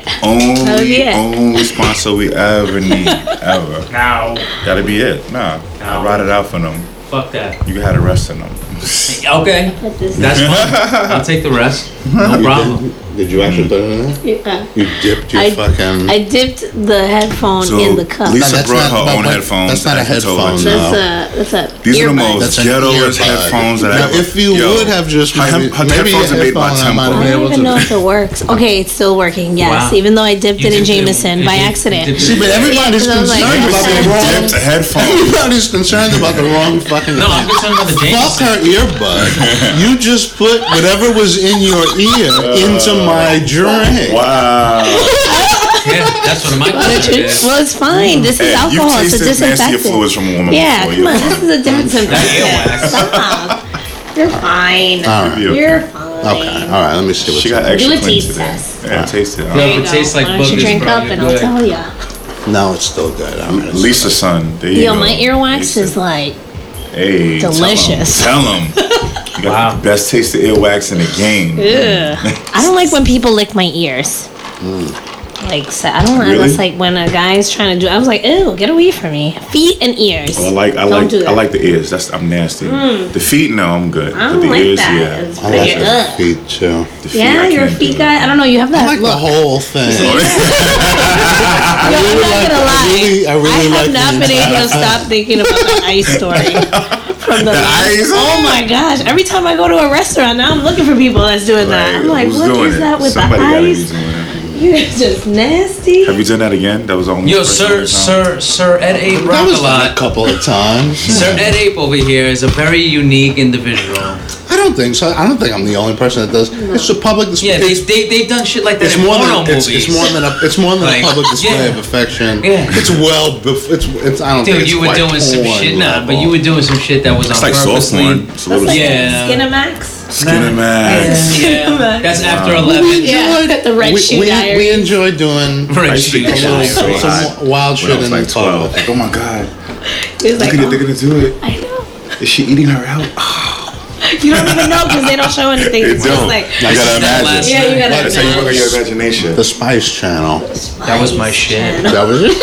B: the only,
A: that would be it.
B: only sponsor we ever need ever.
C: Now.
B: Gotta be it. Nah, I ride it out for them.
C: Fuck that.
B: You had a rest in them.
C: Okay. That's fine. I'll take the rest. No problem.
D: Did you actually put it in there?
A: Yeah.
D: You dipped your
A: I-
D: fucking.
A: I dipped the headphone
B: So,
A: in the cup.
B: Lisa
D: that's
B: brought
D: not-
B: her
D: but-
B: own
D: but
B: headphones.
D: that's not a
B: I can tell
D: headphone,
B: her.
D: no.
A: That's a that's a
B: These are
A: earbuds.
B: the most
D: That's an
B: ghettoest
D: earbud.
B: headphones that I
D: Now,
B: ever.
D: if you
B: Yo,
D: would have just
B: her
D: maybe-
B: her
D: maybe
B: headphones
D: a
B: are made by
D: headphone, I might
B: Tempo.
D: have
A: I
D: able
A: don't even
D: to-
A: know if it works. Okay, it's still working. Yes,
C: Wow.
A: even though I dipped
C: You
A: it in
C: dipped it-
A: Jameson
C: you
A: by
C: dipped- you
A: accident.
C: dipped it-
D: See, but everybody's
A: Yeah, 'cause I was like,
D: concerned about the wrong.
B: Dipped a headphone.
D: Everybody's concerned about the wrong fucking.
C: No, I'm concerned about the
D: Fuck
C: Jameson.
D: her earbud. You just put whatever was in your ear into
B: Uh,
D: my drink.
B: Wow.
C: Yeah, that's what my concern is.
A: Well, it's fine. This is
B: Hey, you've
A: alcohol. It's a
B: tasted nastier
A: disinfectant.
B: fluids from a woman
A: Yeah,
B: before.
A: come
B: You're
A: on. This
B: fine.
A: is a disinfectant.
C: earwax.
A: Stop. You're fine.
B: You're
A: You're
D: Okay.
A: fine.
D: All right. Let me see what's.
B: She got extra
A: Do a
B: clean
A: taste
B: today.
A: test.
B: Yeah, taste it.
C: Yeah.
B: huh?
C: If it
A: There you
C: tastes
A: go.
C: like
A: Why don't
C: boogers,
A: you drink
C: bro,
A: up
C: you're
A: and I'll
C: good.
A: tell ya.
D: no, it's still good. I'm gonna-
B: Lisa's son. There you
A: Yo,
B: go.
A: my earwax
B: Lisa.
A: is like
B: hey, tell 'em.
A: delicious.
B: Tell them. You got
C: Wow.
B: the best taste of earwax in the game.
A: I don't like when people lick my ears. Like so I don't like
B: Really?
A: that's like when a guy's trying to do. I was like, ew, get away from me. Feet and ears.
B: Oh, I like I
A: Don't
B: like
A: do that. Hmm.
B: I like the ears. That's I'm nasty. The feet, no, I'm good.
A: I
B: but
A: don't
B: the
A: like
B: ears,
A: that.
B: yeah.
A: It's
D: I like
A: pretty,
D: your
A: ugh.
D: feet too.
B: The feet,
A: Yeah,
B: I
A: you're a
B: can't do
A: feet
B: that.
A: guy. I don't know. You have that
D: I like the
A: look.
D: whole thing.
A: Yo, I'm not
D: like-
A: gonna
D: I
A: lie.
D: really- I really
A: have
D: like
A: not
D: the
A: been able to stop thinking about the ice story from the. last-
B: ice?
A: Oh my gosh! Every time I go to a restaurant now, I'm looking for people that's doing that. I'm like,
B: who's
A: what
B: doing
A: is
B: it?
A: that with
B: Somebody gotta be
A: the ice?
B: doing it.
A: You're just nasty.
B: Have you done that again? That was only
C: Yo,
B: the first
C: sir,
B: time.
C: sir, sir, Ed A.
D: That
C: Rock
D: was
C: a
D: done a
C: lot.
D: couple of times.
C: Sir Ed Ape over here is a very unique individual.
D: I don't think so. I don't think I'm the only person that does. It's a public display.
C: Yeah, they, they, they've done shit like that
D: It's
C: in
D: more
C: porno
D: than it's,
C: movies.
D: it's more than a it's more than
C: Like,
D: a public display
C: yeah.
D: of affection.
C: Yeah.
D: It's well bef- it's it's I don't think
C: Dude,
D: it's
C: you were
D: quite
C: doing some
D: porn uh,
C: shit, nah, but
D: level.
C: you were doing some shit that was
B: It's
C: on
B: like soft
C: purposely.
B: one. It's a
A: That's
B: little
A: like
C: Yeah.
A: Skinemax.
B: skin and max.
C: Yeah, that's after 11.
D: We
A: Yeah,
D: enjoyed-
A: the Red
D: we,
A: Shoe
D: we,
A: Diaries.
D: We enjoy doing
C: Right,
B: used to
C: shoot,
B: think so.
D: some
C: yeah.
D: little-
B: Diaries.
D: some wild
B: When I
D: shit
B: was
D: in
B: like
D: the
B: 12.
D: public.
B: Like, oh my god.
A: He was like,
B: Look at it,
A: oh,
B: they're gonna do it.
A: I know.
B: Is she eating her out?
A: You don't even know because they don't show anything.
B: It
A: It's just
B: don't.
A: like,
B: I gotta
C: that last
B: imagine.
A: yeah, you gotta.
B: That's how you
A: know.
B: work on your imagination.
D: The Spice Channel.
C: That was my shit.
D: That was it.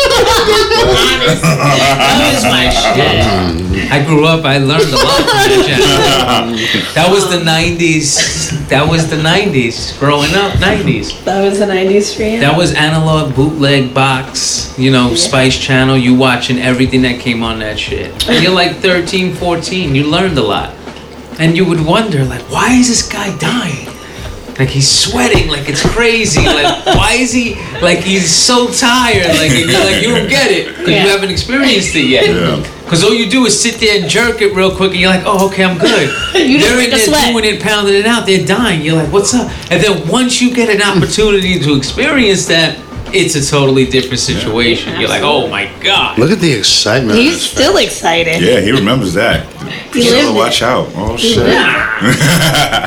C: That was my
D: Mm.
C: shit. I grew up, I learned a lot from that channel. That was the 90s. That was the 90s. Growing up, 90s.
A: That was the '90s for you.
C: That was analog bootleg box, you know, Spice Channel. You watching everything that came on that shit. And you're like 13, 14. You learned a lot. And you would wonder, like, why is this guy dying? Like he's sweating, like it's crazy. Like why is he? Like he's so tired. Like you like you don't get it because
A: Yeah.
C: you haven't experienced it yet.
B: Yeah.
C: Because all you do is sit there and jerk it real quick, and you're like, oh, okay, I'm good.
A: You just
C: They're
A: break
C: in
A: a
C: there
A: sweat.
C: doing it, pounding it out. They're dying. You're like, what's up? And then once you get an
D: Hmm.
C: opportunity to experience that, it's a totally different situation. You're like, oh my god.
D: Look at the excitement.
A: He's still excited.
B: Yeah, he remembers that.
A: He
B: Gotta
A: lived it.
B: watch out. Oh shit.
A: Yeah,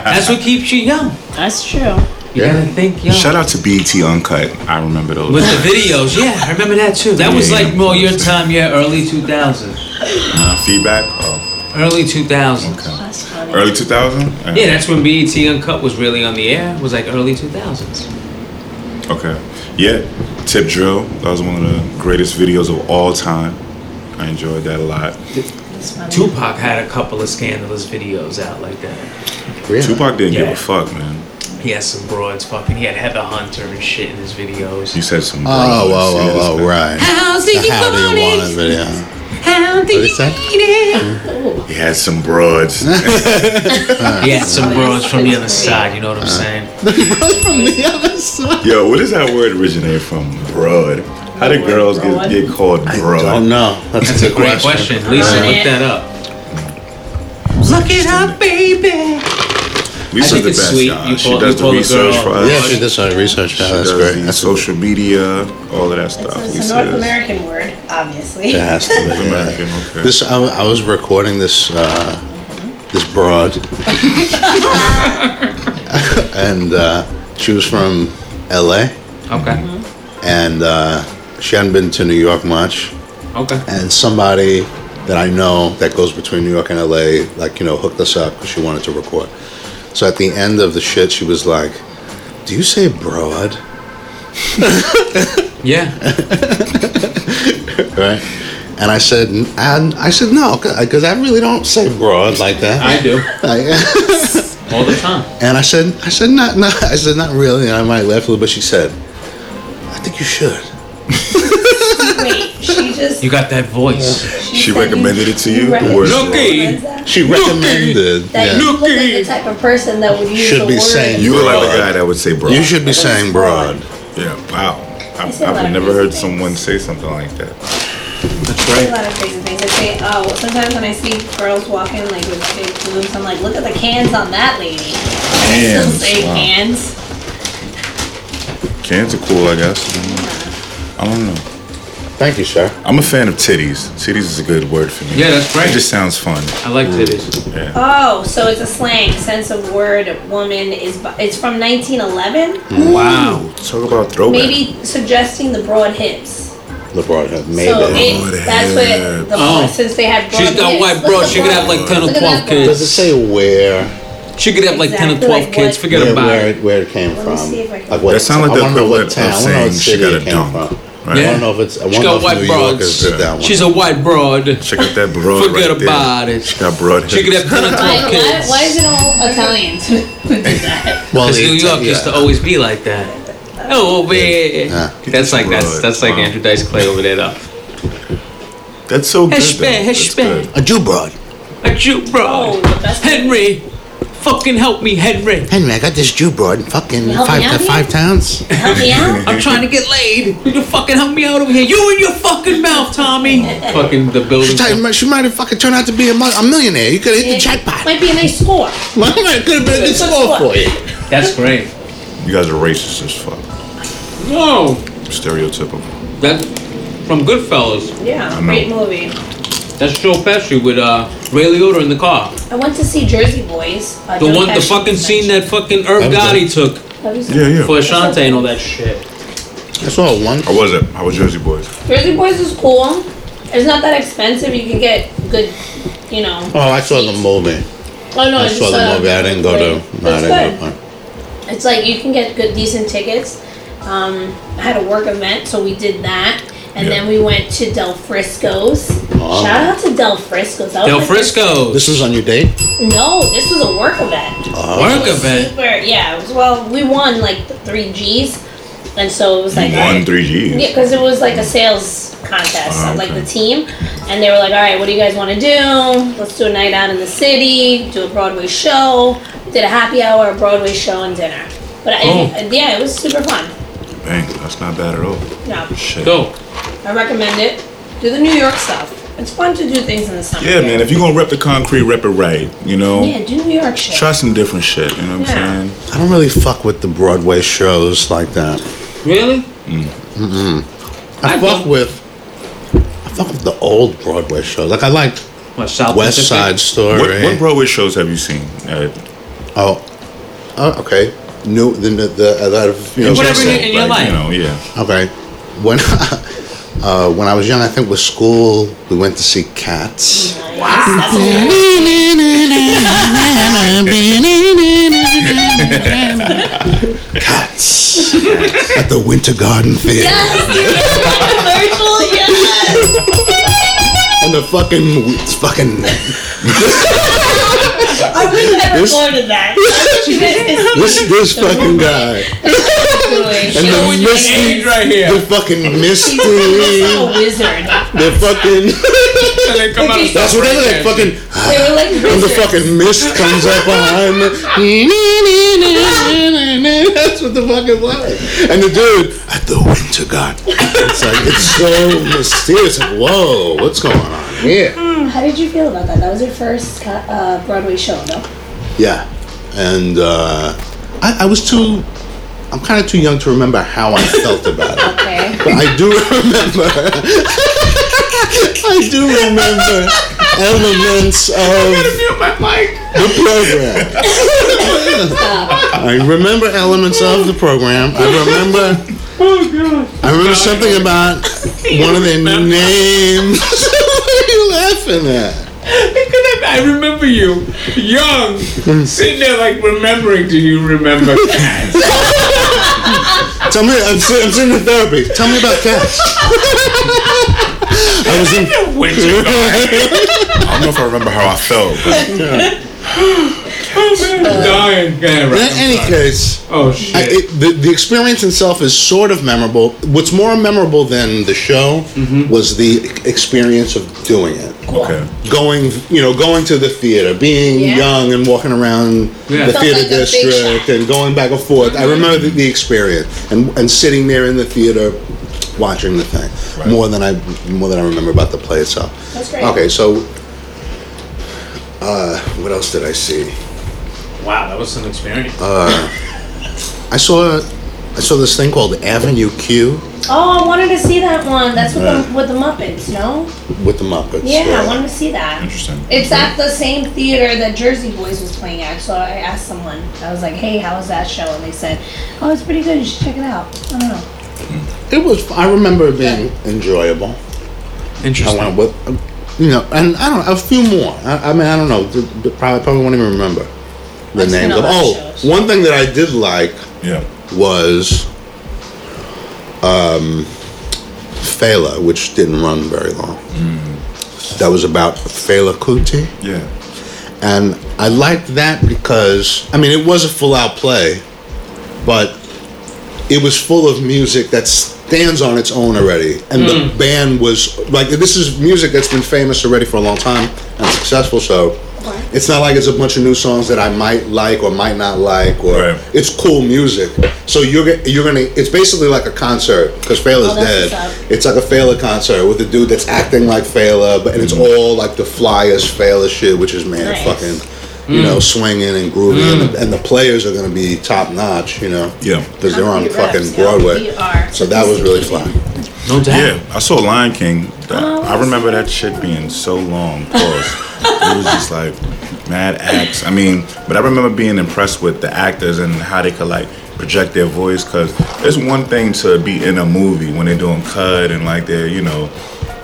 C: That's what keeps you young.
A: That's true.
C: You
D: Yeah.
C: gotta think young.
B: Shout out to BT Uncut. I remember those.
C: With the videos, yeah, I remember that too. That was
B: Yeah,
C: like
B: yeah.
C: more your time, yeah, early 2000s.
B: Uh, feedback. Oh,
C: Early 2000s.
B: okay.
A: That's funny.
B: Early Uh, 2000.
C: Yeah, that's when BET Uncut was really on the air. It was like early 2000s.
B: Okay. Yeah. Tip drill. That was one of the greatest videos of all time. I enjoyed that a lot.
A: That's funny.
C: Tupac had a couple of scandalous videos out like that.
D: Yeah.
B: Tupac didn't give
C: Yeah.
B: a fuck, man.
C: He had some broads fucking. He had Heather Hunter and shit in his videos.
B: He said some.
D: Oh,
B: brothers.
D: wow,
B: Yeah,
D: wow,
B: that's
D: wow, right.
C: How's
D: The How do you want it video?
C: How do
D: What is that?
C: it?
B: bad. He had some broads.
C: He had some broads from the other side. You know what I'm saying?
D: From the other side.
B: Yo, where does that word originate from? Broad. How did girls get, get called
D: Don't
B: broad?
D: know. That's,
C: That's a great question. Lisa,
A: Uh,
C: look that up. Look it up, baby.
B: Lisa's
C: I think
B: the
C: it's
B: best,
C: sweet.
B: y'all.
C: You
B: She
C: call- you
B: does the
C: call a
B: research
C: girl-
B: for us.
D: Yeah, she did some research.
B: She
D: Yeah, that's
B: does
D: great.
B: the
D: That's a,
B: social media, all of that stuff.
A: So it's
B: Lisa
A: a North
B: is
A: American word, obviously.
D: it has to be. yeah.
B: American, okay.
D: This I, I was recording this uh, this broad, and uh, she was from L.A.
C: Okay.
D: and uh, she hadn't been to New York much.
C: Okay.
D: And somebody that I know that goes between New York and LA, like, you know, hooked us up because she wanted to record. So at the end of the shit, she was like, Do you say broad?
C: Yeah.
D: Right? And I said, and I said no, because I really don't say broad like that.
C: I do.
D: Like,
C: All the time.
D: and I said, I said not, not, I said not really. And I might laugh a little, but she said, I think you should.
A: Wait, she just.
C: You got that voice.
B: She
A: said you-
B: recommended it to you?
A: you
B: The
A: recommended
B: word
C: Nookie.
A: What's that?
D: She recommended.
A: That
D: yeah.
A: you look like the type of person that would use
D: Should
A: the
D: be
A: word.
D: saying
B: You were like the guy that would say broad.
D: You should be saying broad.
B: Yeah, wow. I,
A: They say a lot
B: I've
A: of
B: never heard
A: crazy
B: someone
A: things.
B: say something like that.
C: That's
A: a lot of crazy things. I say, oh, sometimes when I see girls walking like with big boobs, I'm like, look at the cans on that lady. They'll
B: Cans.
A: say
B: wow.
A: cans.
B: Cans are cool, I guess. I don't know. I don't know.
D: Thank you, sir.
B: I'm a fan of titties. Titties is a good word for me.
C: Yeah, that's great.
B: It just sounds fun.
C: I like titties.
B: Yeah.
A: Oh, so it's a slang sense of word. Woman is. bu- It's from 1911.
C: Wow.
B: Talk about throwback.
A: Maybe suggesting the broad hips.
D: The broad head. Maybe.
A: So
B: Broad
A: it, that's what the
C: Oh.
A: since they had broad
C: She's got
A: hips,
C: white
A: look
C: bro.
A: at
C: She
A: the
C: could have
A: broad-
C: like 10 or
A: look at
C: 12
A: that broad.
D: Does
C: kids.
D: it say where?
C: She could have like 10 or
A: Exactly
C: 12
A: like
C: kids.
A: what-
C: Forget
D: where,
C: about
D: where
C: it.
D: it. Where it came
A: Let me
D: from.
A: see if I can-
D: what
B: That sounds like
D: I
B: the
D: wanna know what
B: equivalent of
D: town, I wanna know
B: saying
D: what
B: she
D: city
B: got
D: it
B: a
D: came
B: dunk,
D: from.
B: right?
D: I
C: Yeah.
D: don't know if it's. I
C: She
D: wonder
C: got
D: if
C: white
D: New Yorkers
C: broads.
D: did that one.
C: She's a white broad.
B: Check out that broad
C: Forget
B: right there.
C: about it.
B: She got broad
C: She could
B: hips.
C: have 10 or
A: Why,
C: 12
A: why,
C: kids.
A: why is it all Italians?
D: well,
C: Because
D: they-
C: New York
D: yeah.
C: used to always be like that. Oh, man.
D: Yeah.
C: That's like that's that's like
B: Wow.
C: Andrew Dice Clay over there though.
B: That's so good.
C: Heshbeh,
B: though. That's
C: heshbeh.
B: good.
D: A Jew broad.
C: A Jew bro.
A: Oh, the best-
C: Henry. Fucking help me, Henry.
D: Henry, I got this Jew broad in
A: Help
D: fucking
A: me out
D: five,
A: here?
D: five towns.
A: Help me out.
C: I'm trying to get laid. Will you fucking help me out over here? You and your fucking mouth, Tommy. fucking the building.
D: She might- she might have fucking turned out to be a, mo- a millionaire. You could have hit the jackpot.
A: Might be a nice score.
D: Might could have been a good score for you.
C: That's great.
B: You guys are racist as fuck.
C: Whoa.
B: Stereotypical.
C: That's from Goodfellas.
A: Yeah,
B: know.
A: great movie.
C: That's Joe Pesci with uh, Ray Liotta in the car.
A: I went to see Jersey Boys. uh,
C: The
A: Joe
C: one, the
A: Pesci
C: fucking
A: was
C: scene that fucking Irv
D: That was
C: Gotti took
A: mentioned. That was-
B: Yeah, yeah.
C: for Ashante and all that shit.
D: I saw one.
B: How was it? How was Jersey Boys?
A: Jersey Boys is cool. It's not that expensive. You can get good, you know.
D: Oh, I saw the movie.
A: Oh no,
D: I
A: it's
D: saw
A: just, uh,
D: the movie. I didn't go to.
A: great.
D: No, I
A: It's good.
D: didn't go to.
A: It's like you can get good, decent tickets. Um, I had a work event, so we did that, and
B: Yeah.
A: then we went to Del Frisco's.
D: Oh.
A: Shout out to Del Frisco's. That was
C: Del
A: my first-
C: Frisco.
D: This was on your date?
A: No, this was a work event.
C: Work event.
A: Super, yeah. It was, well, we won like the three G's, and so it was like all
B: One
A: right.
B: three G's.
A: Yeah, because it was like a sales contest,
B: Ah,
A: of, like
B: okay.
A: the team, and they were like, "All right, what do you guys want to do? Let's do a night out in the city, do a Broadway show." Did a happy hour, a Broadway show, and dinner. But I,
C: Cool.
A: yeah, it was super fun.
B: Dang, that's not bad at all.
A: No,
B: Shit.
C: Go.
A: I recommend it. Do the New York stuff. It's fun to do things in the summer.
B: Yeah, man. If you're gonna rep the concrete, rep it right. You know.
A: Yeah, do New York shit.
B: Try some different shit. You know what
A: Yeah.
B: I'm saying?
D: I don't really fuck with the Broadway shows like that. Mm-hmm.
C: Really?
D: I,
C: I
D: fuck
C: don't-
D: with I fuck with the old Broadway shows. Like I liked
C: What, South
D: West
C: Pacific?
D: Side Story.
B: What, what Broadway shows have you seen? Uh,
D: oh, oh, okay. New the the, the a lot of you know.
C: Whatever you- in your
B: like, You know,
C: life.
B: yeah.
D: Okay, when uh, when I was young, I think with school we went to see Cats. Cats at the Winter Garden Theater.
A: Commercial, yes.
D: And the fucking it's fucking
A: I would have
D: This-
A: recorded that. That's what you guys
D: this this fucking guy
A: are doing.
D: and the
C: Showing your age
D: misty
C: right here.
D: the fucking misty
A: A wizard.
D: the fucking
C: And they come out of
D: that's what it is
C: breakdancing.
D: like fucking
A: They were like
D: and the
A: wizards.
D: fucking mist comes up behind me. That's what the fucking was. And the dude at the Winter Garden. It's like it's so mysterious. Like, whoa, what's going on here?
A: How did you feel about that? That was your first co- uh, Broadway show, no?
D: Yeah, and uh, I, I was too. I'm kind of too young to remember how I felt about it,
A: Okay.
D: but I do remember. I do remember elements of
C: Mute my mic.
D: the program. I remember elements of the program. I remember.
C: Oh,
D: I remember something about one of their names. what are you laughing at?
C: Because I, I remember you, young, sitting there like remembering. Do you remember cats?
D: Tell me, I'm, sit- I'm sitting in therapy. Tell me about cats. I was in.
C: Winter
B: I don't know if I remember how I felt. But
C: Garden, dying. Yeah,
D: In
C: right.
D: any case,
C: Oh
D: I,
C: shit.
D: it, the, the experience itself is sort of memorable. What's more memorable than the show
C: Mm-hmm.
D: was the experience of doing it.
B: okay.
D: Going, you know, going to the theater, being
A: Yeah.
D: young and walking around
C: Yeah. Mm-hmm.
D: the
C: Felt
D: theater
A: like a big
D: district and going back and forth. I remember the, the experience and and sitting there in the theater watching the thing
B: Right.
D: more than I more than I remember about the play itself.
A: That's great.
D: Okay, so uh, what else did I see?
C: Wow, that was an experience.
B: Uh,
D: I saw I saw this thing called Avenue Q
A: Oh, I wanted to see that one. That's with the with the Muppets, no?
D: with the Muppets.
A: Yeah, I wanted to see that.
B: Interesting.
A: It's at the same theater that Jersey Boys was playing at. So I asked someone. I was like, "Hey, how was that show?" And they said, "Oh, it's pretty good. You should check it out." I don't know.
D: it was. I remember it being enjoyable. I
C: Interesting.
D: went with, you know, and I don't know, a few more. I, I mean, I don't know. The, the, probably probably won't even remember the
A: I've seen
D: names.
A: a
D: Of,
A: lot of
D: oh,
A: shows.
D: one thing that I did like
B: Yeah.
D: was um, Fela, which didn't run very long. That was about Fela Kuti.
B: Yeah.
D: And I liked that because, I mean, it was a full out play, but it was full of music that stands on its own already. And the band was like, this is music that's been famous already for a long time and successful, so. It's not like it's a bunch of new songs that I might like or might not like, or
B: Right.
D: it's cool music. So you're ge- you're gonna. It's basically like a concert because Fela's
A: Oh, that's
D: dead.
A: what's up.
D: It's like a Fela concert with a dude that's acting like Fela, but and it's all like the flyest Fela shit, which is man,
A: Mm-hmm. Nice. Mm.
D: fucking, you know, swinging and groovy, and, the, and the players are gonna be top notch, you know,
B: Yeah.
D: because they're on
A: Your
D: fucking
A: reps, yeah,
D: Broadway.
A: we are
D: So that was really fun.
C: no doubt.
B: Yeah. I saw Lion King. That-
A: Oh,
B: I remember that shit being so long. Pause. it was just like mad acts. I mean, but I remember being impressed with the actors and how they could like project their voice. Cause it's one thing to be in a movie when they're doing cut and like they're you know.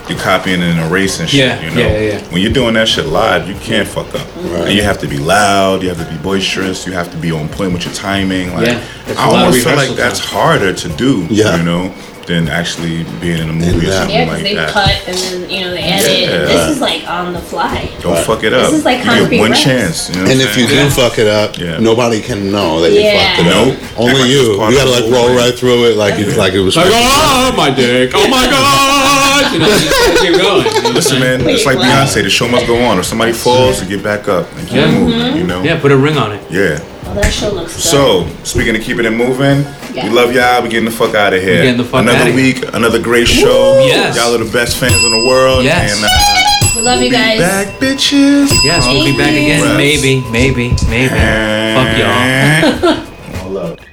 B: You're copying and erasing shit,
C: Yeah,
B: you know.
C: yeah, yeah.
B: When you're doing that shit live, you can't fuck up. And you have to be loud, you have to be boisterous, you have to be on point with your timing. Like,
C: Yeah, it's
B: I
C: a lot of
B: almost feel
C: rehearsal
B: like that's
C: time.
B: harder to do,
D: Yeah.
B: you know, than actually being in a movie or
D: Yeah.
B: something
A: Yeah, because
B: like
A: they
B: that.
A: cut and then you know they edit.
B: Yeah.
A: This is like on the fly.
B: Don't fuck it
A: This
B: up.
A: is like
B: you
A: concrete
B: get one
A: reps.
B: chance. You know what
D: And
B: I'm
D: if you
B: saying?
D: do fuck it up,
B: Yeah.
D: nobody can know that you
A: Yeah.
D: fucked it up.
B: Nope. Act
D: Only
B: like it's
D: you.
B: part
D: You
B: of
D: gotta
B: the
D: like
B: whole
D: oh, roll
B: thing.
C: Ah,
D: right through it, like it's like it was.
C: Like, oh my dick. Oh my god. fuck, you know, you just keep going. You know what I'm
B: Listen,
C: saying?
B: man, it's like
A: Wait, what?
B: Beyonce. The show must go on. If somebody falls, you get back up and keep
C: Yeah.
A: Mm-hmm.
B: moving. You know.
C: Yeah, put a ring on it.
B: Yeah.
A: Well, that show looks good.
B: So speaking of keeping it moving,
A: Yeah.
B: we love y'all. We getting the fuck out of here.
C: getting the fuck
B: another
C: outta here.
B: week, another great show.
C: Yes.
B: Y'all are the best fans in the world.
C: Yes.
B: And uh,
A: we love you
B: be
A: guys.
B: back, bitches.
C: Yes, we'll be back again.
B: Thank you.
C: Maybe, maybe, maybe. Fuck y'all.
B: Fuck y'all. All love.